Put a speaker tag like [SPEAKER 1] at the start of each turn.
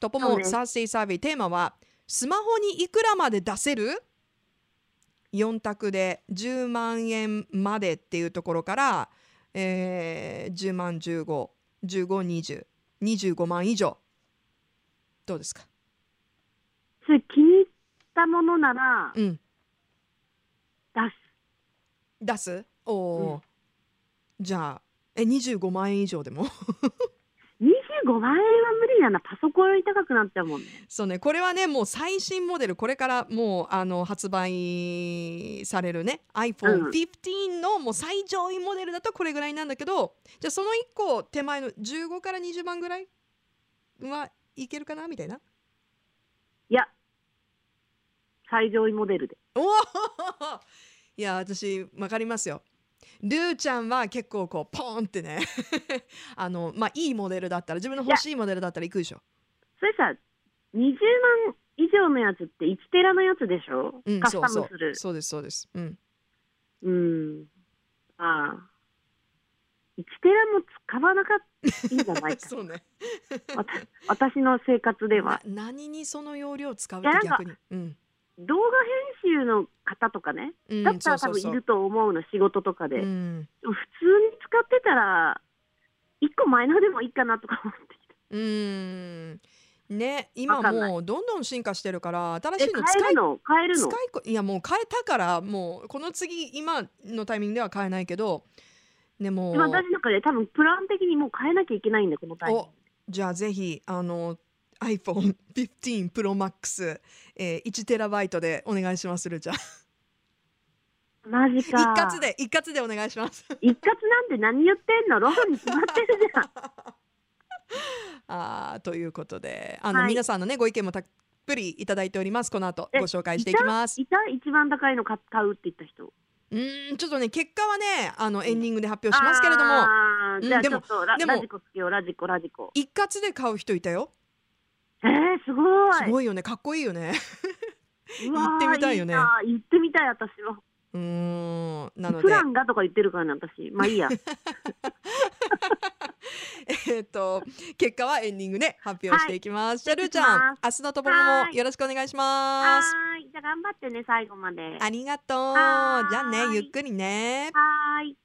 [SPEAKER 1] トポ
[SPEAKER 2] そう
[SPEAKER 1] モ
[SPEAKER 2] です
[SPEAKER 1] サーセイサービーテーマはスマホにいくらまで出せる4択で10万円までっていうところから、えー10万15152025万以上どうですか
[SPEAKER 2] それ気に入ったものなら
[SPEAKER 1] うん
[SPEAKER 2] 出す。
[SPEAKER 1] 出すおお、じゃあえ25万円以上でも
[SPEAKER 2] 25万円は無理だな。パソコンより高くなっちゃうもんね。
[SPEAKER 1] そうねこれはねもう最新モデルこれからもうあの発売されるね
[SPEAKER 2] うん
[SPEAKER 1] iPhone15 のもう最上位モデルだとこれぐらいなんだけどじゃあその1個手前の15から20万ぐらいはいけるかなみたいない
[SPEAKER 2] や、最上位モデルで。
[SPEAKER 1] おお いや私わかりますよルーちゃんは結構こうポーンってね あのまあいいモデルだったら自分の欲しいモデルだったら行くでしょ
[SPEAKER 2] それさ、20万以上のやつって1テラのやつでしょ、
[SPEAKER 1] うん、
[SPEAKER 2] カス
[SPEAKER 1] そ
[SPEAKER 2] タ
[SPEAKER 1] う
[SPEAKER 2] ム
[SPEAKER 1] そ
[SPEAKER 2] する
[SPEAKER 1] う。。そうです、そうです。うん。
[SPEAKER 2] うん。ああ。1テラも使わなかったいいんじゃない か。
[SPEAKER 1] そうね。
[SPEAKER 2] わた私の生活では
[SPEAKER 1] な。何にその容量を使うっ
[SPEAKER 2] いやなん
[SPEAKER 1] て
[SPEAKER 2] か
[SPEAKER 1] 逆に。うん。
[SPEAKER 2] 動画編集の方とかね。
[SPEAKER 1] うん、
[SPEAKER 2] だったら多
[SPEAKER 1] そう
[SPEAKER 2] 分
[SPEAKER 1] そうそ
[SPEAKER 2] い
[SPEAKER 1] う
[SPEAKER 2] ると思うの、仕事とかで。
[SPEAKER 1] うん。
[SPEAKER 2] でも普通に使ってたら、1個マイナーでもいいかなとか思ってきた。
[SPEAKER 1] うん。ね、今
[SPEAKER 2] わかんない
[SPEAKER 1] もうどんどん進化してるから、新
[SPEAKER 2] え、
[SPEAKER 1] しいの
[SPEAKER 2] 買
[SPEAKER 1] 使
[SPEAKER 2] え
[SPEAKER 1] い
[SPEAKER 2] るの買える
[SPEAKER 1] 使
[SPEAKER 2] の
[SPEAKER 1] いこいやもう変えたからもうこの次今のタイミングでは変えないけどでも
[SPEAKER 2] でも私の中で多分プラン的にもう変えなきゃいけないんだよこのタイミング
[SPEAKER 1] おじゃあぜひあの iPhone15 Pro Max、えー、1TB でお願いしまするじゃん
[SPEAKER 2] マジ
[SPEAKER 1] 一
[SPEAKER 2] か
[SPEAKER 1] 括で一括でお願いします
[SPEAKER 2] 一括なんて何言ってんのローンに決まってるじゃん
[SPEAKER 1] あーということであの、
[SPEAKER 2] はい
[SPEAKER 1] 皆さんのねご意見もたっぷりいただいておりますこの後
[SPEAKER 2] え
[SPEAKER 1] ご紹介していきます
[SPEAKER 2] いた一番高いの買買うって言った人
[SPEAKER 1] うーんちょっとね結果はねあのエンディングで発表しますけれども
[SPEAKER 2] あーじ
[SPEAKER 1] う
[SPEAKER 2] ゃあ
[SPEAKER 1] んで
[SPEAKER 2] ちょ
[SPEAKER 1] も
[SPEAKER 2] っとラ
[SPEAKER 1] でも
[SPEAKER 2] ラジコつけようラジコラジコ
[SPEAKER 1] 一括で買う人いたよ
[SPEAKER 2] えー、すごい
[SPEAKER 1] すごいよねかっこいいよね
[SPEAKER 2] うわー
[SPEAKER 1] 行ってみたいよね
[SPEAKER 2] な行ってみたい私は
[SPEAKER 1] うーんなの
[SPEAKER 2] プ
[SPEAKER 1] で
[SPEAKER 2] ランがとか言ってるからね私まあ いいや
[SPEAKER 1] えっと結果はエンディングで発表していきます、じゃあルーちゃん明日のとぼも
[SPEAKER 2] はーい
[SPEAKER 1] よろしくお願いし
[SPEAKER 2] は
[SPEAKER 1] ます
[SPEAKER 2] ーいじゃあ頑張ってね最後までは
[SPEAKER 1] ありがとう
[SPEAKER 2] はーい
[SPEAKER 1] じゃあねゆっくりね
[SPEAKER 2] ーい